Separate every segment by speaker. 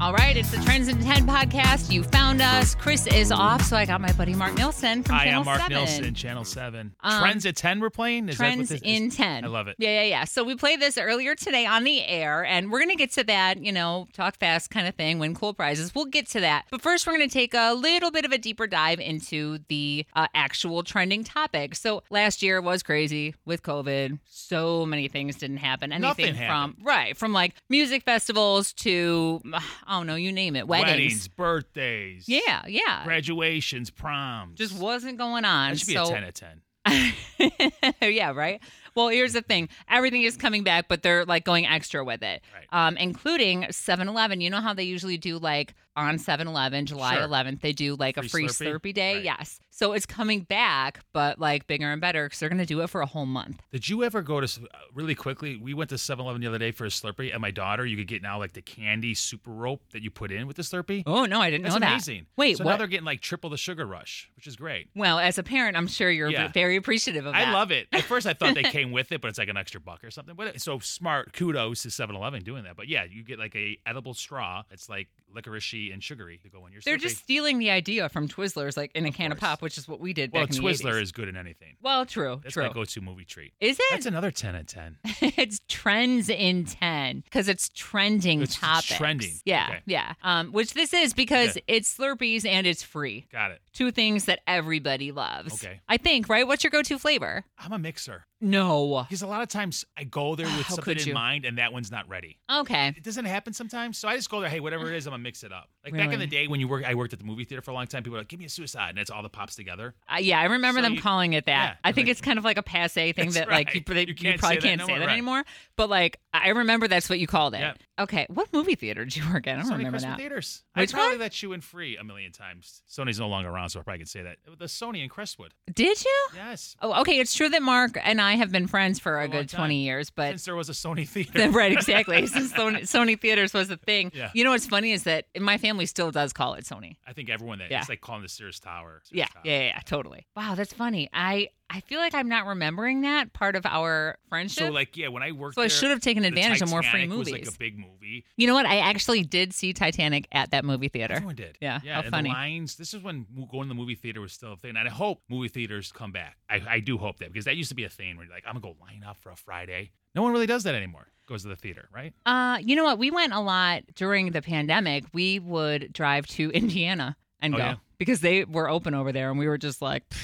Speaker 1: All right, it's the Trends in 10 podcast. You found us. Chris is off, so I got my buddy Mark Nilsson from
Speaker 2: I
Speaker 1: Channel
Speaker 2: am Mark
Speaker 1: 7.
Speaker 2: Nilsson, Channel 7.
Speaker 1: Um,
Speaker 2: Trends at 10 we're playing? Is
Speaker 1: Trends
Speaker 2: that what this
Speaker 1: in
Speaker 2: is?
Speaker 1: 10.
Speaker 2: I love it.
Speaker 1: Yeah, yeah, yeah. So we played this earlier today on the air, and we're going to get to that, you know, talk fast kind of thing, win cool prizes. We'll get to that. But first, we're going to take a little bit of a deeper dive into the uh, actual trending topic. So last year was crazy with COVID. So many things didn't happen. Anything
Speaker 2: Nothing
Speaker 1: from,
Speaker 2: happened.
Speaker 1: right, from like music festivals to, uh, I don't know, you name it, weddings.
Speaker 2: birthdays.
Speaker 1: Yeah, yeah.
Speaker 2: Graduations, proms.
Speaker 1: Just wasn't going on.
Speaker 2: That should be
Speaker 1: so
Speaker 2: a 10 at 10.
Speaker 1: yeah, right. Well, here's the thing: everything is coming back, but they're like going extra with it,
Speaker 2: Right.
Speaker 1: um, including 7-Eleven. You know how they usually do like on 7-Eleven, July
Speaker 2: Sure.
Speaker 1: 11th, they do like a free
Speaker 2: Free
Speaker 1: Slurpee,
Speaker 2: Slurpee?
Speaker 1: day.
Speaker 2: Right.
Speaker 1: Yes, so it's coming back, but like bigger and better because they're gonna do it for a whole month.
Speaker 2: Did you ever go to, s- uh, really quickly, we went to 7 Eleven the other day for a Slurpee, and my daughter, you could get now like the candy super rope that you put in with the Slurpee.
Speaker 1: Oh no, I didn't
Speaker 2: That's
Speaker 1: know that.
Speaker 2: amazing.
Speaker 1: Wait,
Speaker 2: so now
Speaker 1: what?
Speaker 2: they're getting like triple the sugar rush, which is great.
Speaker 1: well, as a parent, I'm sure you're
Speaker 2: Yeah.
Speaker 1: very appreciative of that.
Speaker 2: I love it. At first, I thought they came with it, but it's like an extra buck or something. But so smart. Kudos to 7-Eleven doing that. But yeah, you get like a edible straw. It's like licoricey and sugary to go in your.
Speaker 1: They're
Speaker 2: Slurpee.
Speaker 1: just stealing the idea from Twizzlers, like in a can of
Speaker 2: course.
Speaker 1: pop, which is what we did.
Speaker 2: well,
Speaker 1: back in the
Speaker 2: Twizzler
Speaker 1: 80s.
Speaker 2: is good in anything.
Speaker 1: Well, true,
Speaker 2: That's
Speaker 1: true.
Speaker 2: my go-to movie treat.
Speaker 1: is it?
Speaker 2: That's another ten out of ten.
Speaker 1: it's trends in 10 because it's trending
Speaker 2: It's
Speaker 1: topics.
Speaker 2: trending.
Speaker 1: Yeah.
Speaker 2: Okay.
Speaker 1: Yeah. Um, which this is because it's Slurpees and it's free.
Speaker 2: Got it.
Speaker 1: Two things that everybody loves.
Speaker 2: Okay.
Speaker 1: I think, right? What's your go to flavor?
Speaker 2: I'm a mixer
Speaker 1: No.
Speaker 2: because a lot of times I go there with
Speaker 1: Ah, How
Speaker 2: something
Speaker 1: could
Speaker 2: in
Speaker 1: you?
Speaker 2: mind, and that one's not ready.
Speaker 1: Okay.
Speaker 2: It doesn't happen sometimes, so I just go there. Hey, whatever it is, I'm gonna mix it up. Like back in
Speaker 1: Really?
Speaker 2: the day when you work, I worked at the movie theater for a long time. People were like, "Give me a suicide," and it's all the pops together.
Speaker 1: Uh, yeah, I remember
Speaker 2: So
Speaker 1: them
Speaker 2: you-
Speaker 1: calling it that.
Speaker 2: yeah,
Speaker 1: I
Speaker 2: it's
Speaker 1: think
Speaker 2: like-
Speaker 1: it's kind of like a passe thing
Speaker 2: That's
Speaker 1: that, like, you,
Speaker 2: right. You
Speaker 1: you
Speaker 2: can't
Speaker 1: probably
Speaker 2: say that
Speaker 1: can't
Speaker 2: no
Speaker 1: say
Speaker 2: more,
Speaker 1: that
Speaker 2: right.
Speaker 1: anymore. But, like, I remember that's what you called it.
Speaker 2: Yeah.
Speaker 1: Okay. What movie theater did you work at? I don't
Speaker 2: Sony
Speaker 1: remember
Speaker 2: Crestview
Speaker 1: now.
Speaker 2: Theaters.
Speaker 1: Which
Speaker 2: I probably let you in free a million times. Sony's no longer around, so I probably could say that. The Sony in Crestwood.
Speaker 1: Did you?
Speaker 2: Yes.
Speaker 1: Oh, okay. It's true that Mark and I have been friends for a,
Speaker 2: long
Speaker 1: good
Speaker 2: time.
Speaker 1: 20 years, but
Speaker 2: Since there was a Sony
Speaker 1: Yeah,
Speaker 2: theater.
Speaker 1: right, exactly. Since Sony, Sony theaters was a thing.
Speaker 2: Yeah.
Speaker 1: You know what's funny is that my family still does call it Sony.
Speaker 2: I think everyone that
Speaker 1: Yeah.
Speaker 2: it's like calling the Sears Tower. Sears
Speaker 1: Yeah,
Speaker 2: Tower.
Speaker 1: yeah, yeah, yeah, totally. Wow, that's funny. I I feel like I'm not remembering that part of our friendship.
Speaker 2: So like yeah, when I worked
Speaker 1: So I
Speaker 2: there,
Speaker 1: should have taken
Speaker 2: the
Speaker 1: advantage of more free
Speaker 2: Titanic
Speaker 1: movies.
Speaker 2: Was like a big movie.
Speaker 1: you know what? I actually did see Titanic at that movie theater.
Speaker 2: Everyone did.
Speaker 1: Yeah,
Speaker 2: Yeah.
Speaker 1: how
Speaker 2: and
Speaker 1: funny.
Speaker 2: The lines. This is when mo- going to the movie theater was still a thing, and I hope movie theaters come back. I, I do hope that because that used to be a thing where you're like, I'm gonna go line up for a Friday. No one really does that anymore. Goes to the theater, right?
Speaker 1: Uh, you know what? We went a lot during the pandemic. We would drive to Indiana and
Speaker 2: Oh,
Speaker 1: go
Speaker 2: yeah.
Speaker 1: because they were open over there, and we were just like,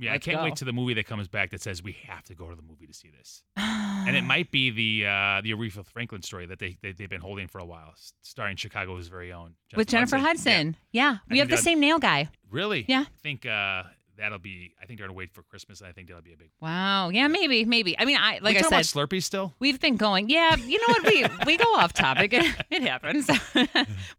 Speaker 2: Yeah,
Speaker 1: Let's
Speaker 2: I can't
Speaker 1: go.
Speaker 2: wait to the movie that comes back that says we have to go to the movie to see this. and it might be the uh, the Aretha Franklin story that they, they they've been holding for a while, s- starring Chicago's very own
Speaker 1: with Jennifer
Speaker 2: Yeah.
Speaker 1: Hudson. Yeah, we
Speaker 2: think
Speaker 1: have the
Speaker 2: that-
Speaker 1: same nail guy.
Speaker 2: Really?
Speaker 1: Yeah.
Speaker 2: I think uh, that'll be. I think they're gonna wait for Christmas, and I think that'll be a big.
Speaker 1: Wow. Yeah, maybe, maybe. I mean, I like
Speaker 2: we
Speaker 1: I
Speaker 2: talking
Speaker 1: said,
Speaker 2: about Slurpee still.
Speaker 1: we've been going. Yeah, you know what? We we go off topic. It, happens.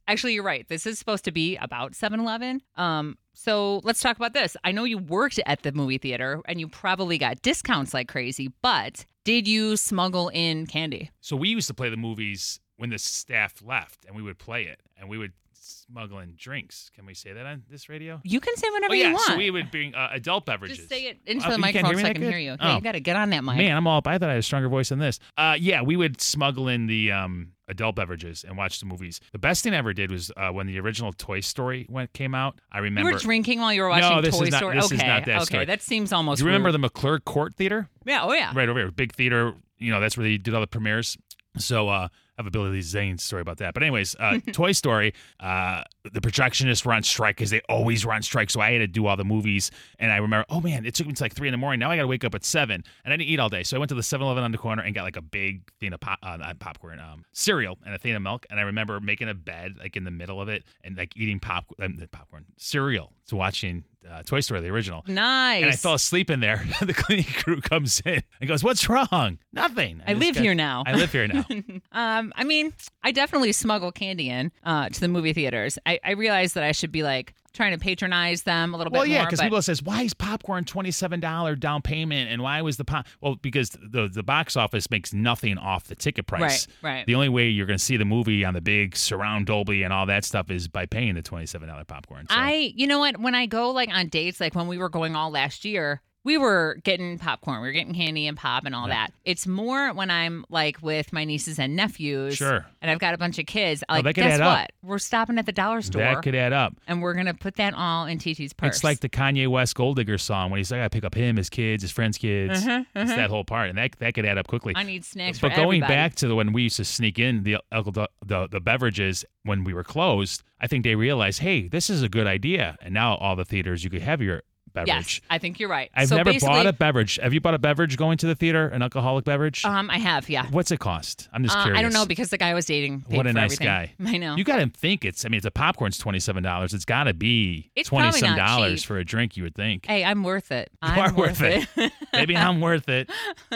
Speaker 1: Actually, you're right. This is supposed to be about 7-Eleven. Um, so let's talk about this. I know you worked at the movie theater and you probably got discounts like crazy, but did you smuggle in candy?
Speaker 2: So we used to play the movies when the staff left, and we would play it, and we would smuggle in drinks. Can we say that on this radio?
Speaker 1: You can say whatever
Speaker 2: oh yeah.
Speaker 1: you want.
Speaker 2: So we would bring uh, adult beverages.
Speaker 1: Just say it into
Speaker 2: Oh,
Speaker 1: the
Speaker 2: you can't
Speaker 1: microphone
Speaker 2: hear
Speaker 1: so
Speaker 2: me
Speaker 1: I
Speaker 2: that
Speaker 1: can
Speaker 2: good?
Speaker 1: hear you. Yeah,
Speaker 2: Oh.
Speaker 1: you got to get on that mic.
Speaker 2: Man, I'm all up. I thought I had a stronger voice than this. Uh, yeah, we would smuggle in the um, adult beverages and watch the movies. The best thing I ever did was uh, when the original Toy Story went, came out. I
Speaker 1: you
Speaker 2: remember.
Speaker 1: were drinking while you were watching
Speaker 2: No, this
Speaker 1: Toy
Speaker 2: is not-
Speaker 1: Story.
Speaker 2: this is
Speaker 1: okay,
Speaker 2: not that
Speaker 1: okay,
Speaker 2: story.
Speaker 1: that seems almost.
Speaker 2: do you remember
Speaker 1: rude.
Speaker 2: the McClure Court Theater?
Speaker 1: Yeah. Oh yeah.
Speaker 2: Right over here. Big theater. You know, that's where they did all the premieres. So uh, I have a Billy Zane story about that. But, anyways, uh, Toy Story, uh, the projectionists were on strike because they always were on strike. So I had to do all the movies. And I remember, oh man, it took me to like three in the morning. Now I got to wake up at seven. And I didn't eat all day. So I went to the 7 Eleven on the corner and got like a big thing of pop, uh, not popcorn, um, cereal and a thing of milk. And I remember making a bed like in the middle of it and like eating pop- um, popcorn, cereal to watching uh, Toy Story, the original.
Speaker 1: Nice.
Speaker 2: And I fell asleep in there. the cleaning crew comes in and goes, "What's wrong? Nothing.
Speaker 1: I
Speaker 2: just
Speaker 1: live
Speaker 2: got-
Speaker 1: here now.
Speaker 2: I live here now.
Speaker 1: um, I mean, I definitely smuggle candy in uh, to the movie theaters. I, I realize that I should be like trying to patronize them a little
Speaker 2: well,
Speaker 1: bit
Speaker 2: yeah,
Speaker 1: more.
Speaker 2: because
Speaker 1: but-
Speaker 2: people says, "Why is popcorn twenty seven dollar down payment? And why was the pop? Well, because the the box office makes nothing off the ticket price.
Speaker 1: Right, right.
Speaker 2: The only way you're going to see the movie on the big surround Dolby and all that stuff is by paying the twenty seven dollar popcorn. So
Speaker 1: I, you know what? When I go like on dates, like when we were going all last year, we were getting popcorn, we were getting candy and pop and all
Speaker 2: Yeah.
Speaker 1: that. It's more when I'm like with my nieces and nephews,
Speaker 2: Sure.
Speaker 1: and I've got a bunch of kids.
Speaker 2: Oh,
Speaker 1: Like,
Speaker 2: that could
Speaker 1: guess
Speaker 2: add
Speaker 1: what?
Speaker 2: up.
Speaker 1: We're stopping at the dollar store,
Speaker 2: That could add up.
Speaker 1: and we're gonna put that all in TT's purse.
Speaker 2: It's like the Kanye West Gold Digger song when he's like, I pick up him, his kids, his friends' kids.
Speaker 1: Mm-hmm,
Speaker 2: It's that whole part. And that, that could add up quickly.
Speaker 1: I need snacks
Speaker 2: but
Speaker 1: for
Speaker 2: going
Speaker 1: everybody.
Speaker 2: back to the when we used to sneak in the alcohol, the, the beverages when we were closed, I think they realized, hey, this is a good idea. And now all the theaters, you could have your beverage.
Speaker 1: Yes, I think you're right.
Speaker 2: I've
Speaker 1: so
Speaker 2: never
Speaker 1: basically,
Speaker 2: bought a beverage. Have you bought a beverage going to the theater, an alcoholic beverage?
Speaker 1: Um, I have, yeah.
Speaker 2: What's it cost? I'm just
Speaker 1: Uh,
Speaker 2: curious.
Speaker 1: I don't know because the guy I was dating. Paid
Speaker 2: What a
Speaker 1: for
Speaker 2: nice
Speaker 1: everything.
Speaker 2: guy.
Speaker 1: I know.
Speaker 2: You got to think it's. I mean, it's a popcorn's twenty seven dollars. It's got to be
Speaker 1: It's
Speaker 2: twenty
Speaker 1: probably
Speaker 2: some
Speaker 1: not
Speaker 2: dollars
Speaker 1: cheap.
Speaker 2: for a drink. You would think.
Speaker 1: hey, I'm worth it.
Speaker 2: You
Speaker 1: I'm
Speaker 2: are worth it. Maybe I'm worth it.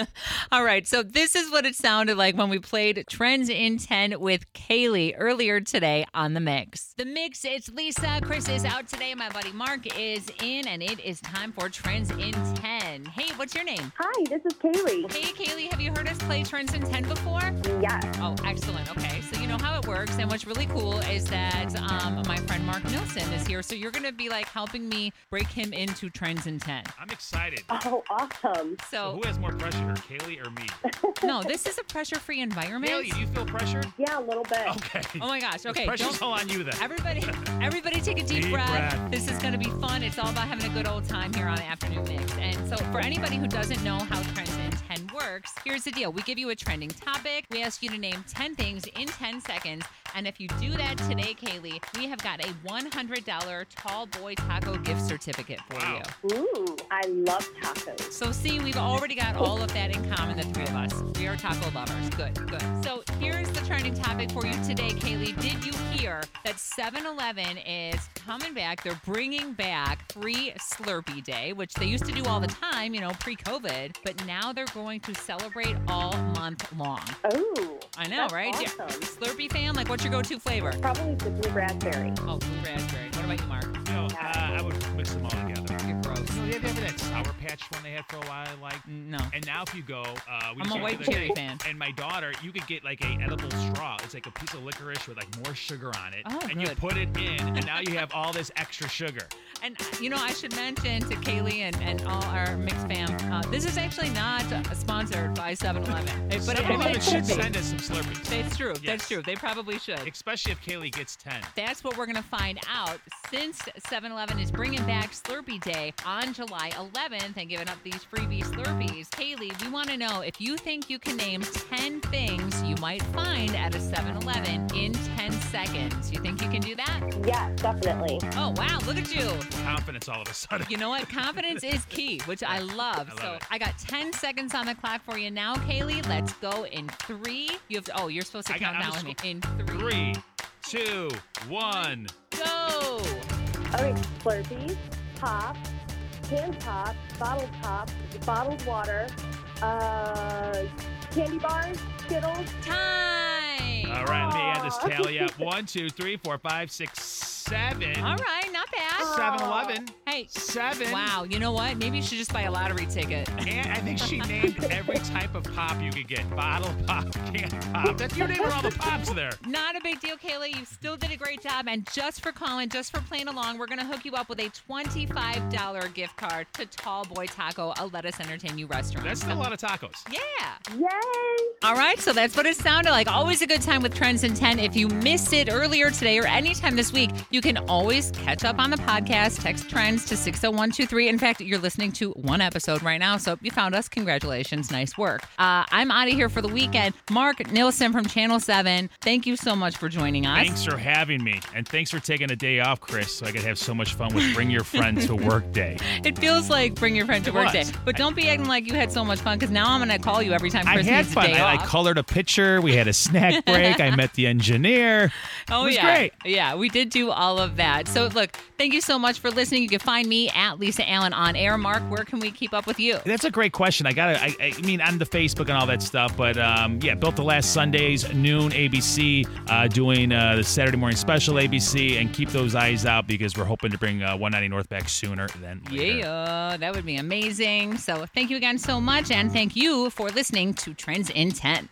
Speaker 1: All right, so this is what it sounded like when we played Trends in 10 with Kaylee earlier today on The Mix. The Mix, it's Lisa. Chris is out today. My buddy Mark is in, and it is time for Trends in 10. Hey, what's your name?
Speaker 3: Hi, this is Kaylee.
Speaker 1: Hey, Kaylee, have you heard us play Trends in 10 before?
Speaker 3: Yes.
Speaker 1: Oh, excellent. Okay, so you know how it works, and what's really cool is that um, my friend Mark Nilsson is here, so you're going to be like helping me break him into Trends in 10.
Speaker 2: I'm excited.
Speaker 3: Oh, awesome.
Speaker 1: So,
Speaker 2: has more pressure, Kaylee or me?
Speaker 1: no, this is a pressure free environment.
Speaker 2: you feel pressure?
Speaker 3: Yeah, a little bit.
Speaker 2: Okay.
Speaker 1: Oh my gosh, okay. don't-
Speaker 2: all on you then.
Speaker 1: Everybody, everybody, take a deep,
Speaker 2: Deep
Speaker 1: breath.
Speaker 2: breath.
Speaker 1: This is going to be fun. It's all about having a good old time here on Afternoon Mix. And so, for anybody who doesn't know how Trends in 10 works, here's the deal: we give you a trending topic. We ask you to name 10 things in 10 seconds. And if you do that today, Kaylee, we have got a $100 Tall Boy Taco gift certificate for
Speaker 2: Wow.
Speaker 1: you.
Speaker 3: Ooh, I love tacos.
Speaker 1: So, see, we've already got all of that in common, the three of us. We are taco lovers. Good, good. So, here's the trending topic for you today, Kaylee. Did you hear that 7 Eleven is coming back? They're bringing back free Slurpee Day, which they used to do all the time, you know, pre COVID, but now they're going to celebrate all month long.
Speaker 3: Oh,
Speaker 1: I know,
Speaker 3: that's
Speaker 1: right? Yeah.
Speaker 3: Awesome.
Speaker 1: Slurpee fan, like, what's your go to flavor?
Speaker 3: Probably the blue raspberry.
Speaker 1: Oh, blue raspberry. What about you, Mark?
Speaker 2: No, I would mix them all together.
Speaker 1: You're gross.
Speaker 2: No, they have that Sour Patch one they had for a while. I liked.
Speaker 1: No.
Speaker 2: And now if you go, uh, we
Speaker 1: I'm
Speaker 2: saw
Speaker 1: a
Speaker 2: the
Speaker 1: white
Speaker 2: other
Speaker 1: cherry
Speaker 2: day,
Speaker 1: fan.
Speaker 2: And my daughter, you could get like a edible straw. It's like a piece of licorice with like more sugar on it,
Speaker 1: Oh,
Speaker 2: and you
Speaker 1: good.
Speaker 2: put it in, and now you have all this extra sugar.
Speaker 1: And uh, you know, I should mention to Kaylee and, and all our mix fam, uh, this is actually not uh, sponsored by 7-Eleven, Uh, but I
Speaker 2: 7-Eleven
Speaker 1: mean, it
Speaker 2: should
Speaker 1: should be.
Speaker 2: send us some Slurpees,
Speaker 1: That's true. That's
Speaker 2: Yes.
Speaker 1: true. They probably should.
Speaker 2: especially if Kaylee gets ten.
Speaker 1: That's what we're going to find out since 7-Eleven is bringing back Slurpee Day on July 11th and giving up these freebie Slurpees. Kaylee, we want to know if you think you can name 10 things you might find at a 7-Eleven in 10 seconds. You think you can do that?
Speaker 3: Yes, definitely.
Speaker 1: Oh, wow. Look at you.
Speaker 2: Confidence all of a sudden.
Speaker 1: You know what? Confidence is key, which I love.
Speaker 2: I love
Speaker 1: so
Speaker 2: it.
Speaker 1: I got 10 seconds on the clock for you now, Kaylee. Let's go in three. You have to, oh, you're supposed to
Speaker 2: I got-
Speaker 1: count down
Speaker 2: I'm
Speaker 1: with
Speaker 2: just
Speaker 1: me. In three.
Speaker 2: Three, two, one.
Speaker 1: Go.
Speaker 3: Okay, Slurpees, pop, canned pop, bottled pop, bottled water, uh, candy bars, Skittles.
Speaker 1: Time.
Speaker 2: All right, let me add this
Speaker 3: Aw.
Speaker 2: tally up. One, two, three, four, five, six, seven.
Speaker 1: All right, not bad.
Speaker 2: Seven Eleven.
Speaker 1: Hey.
Speaker 2: Seven.
Speaker 1: Wow, you know what? Maybe you should just buy a lottery ticket.
Speaker 2: And I think she named every type of pop you could get. Bottle pop, can pop. That's you naming all the pops there.
Speaker 1: Not a big deal, Kaylee. You still did a great job. And just for calling, just for playing along, we're going to hook you up with a $25 gift card to Tall Boy Taco, a Let Us Entertain You restaurant.
Speaker 2: That's still a lot of tacos.
Speaker 1: yeah.
Speaker 3: Yay!
Speaker 1: All right, so that's what it sounded like. Always a good time with Trends in 10. If you missed it earlier today or anytime this week, you can always catch up on the podcast. Text Trends to 60123. In fact, you're listening to one episode right now, so you found us. Congratulations. Nice work. Uh, I'm out of here for the weekend. Mark Nilsson from Channel 7, thank you so much for joining us.
Speaker 2: Thanks for having me. And thanks for taking a day off, Chris, so I could have so much fun with Bring Your Friend to Work Day.
Speaker 1: It feels like bring your friend to
Speaker 2: It
Speaker 1: work
Speaker 2: was.
Speaker 1: day. But don't be acting like you had so much fun because now I'm going to call you every time
Speaker 2: I
Speaker 1: Chris
Speaker 2: had
Speaker 1: needs a
Speaker 2: fun.
Speaker 1: day
Speaker 2: I, I
Speaker 1: off.
Speaker 2: colored a picture. We had a snack break. I met the engineer.
Speaker 1: Oh
Speaker 2: It was
Speaker 1: yeah,
Speaker 2: great.
Speaker 1: yeah, we did do all of that. So look, thank you so much for listening. You can find me at Lisa Allen on air. Mark, where can we keep up with you?
Speaker 2: That's a great question. I gotta. I, I mean, on the Facebook and all that stuff, but um, yeah, built the last Sundays noon ABC, uh, doing uh, the Saturday morning special ABC, and keep those eyes out because we're hoping to bring uh, 190 North back sooner than later.
Speaker 1: Yeah, that would be amazing. So thank you again so much, and thank you for listening to Trends in Ten.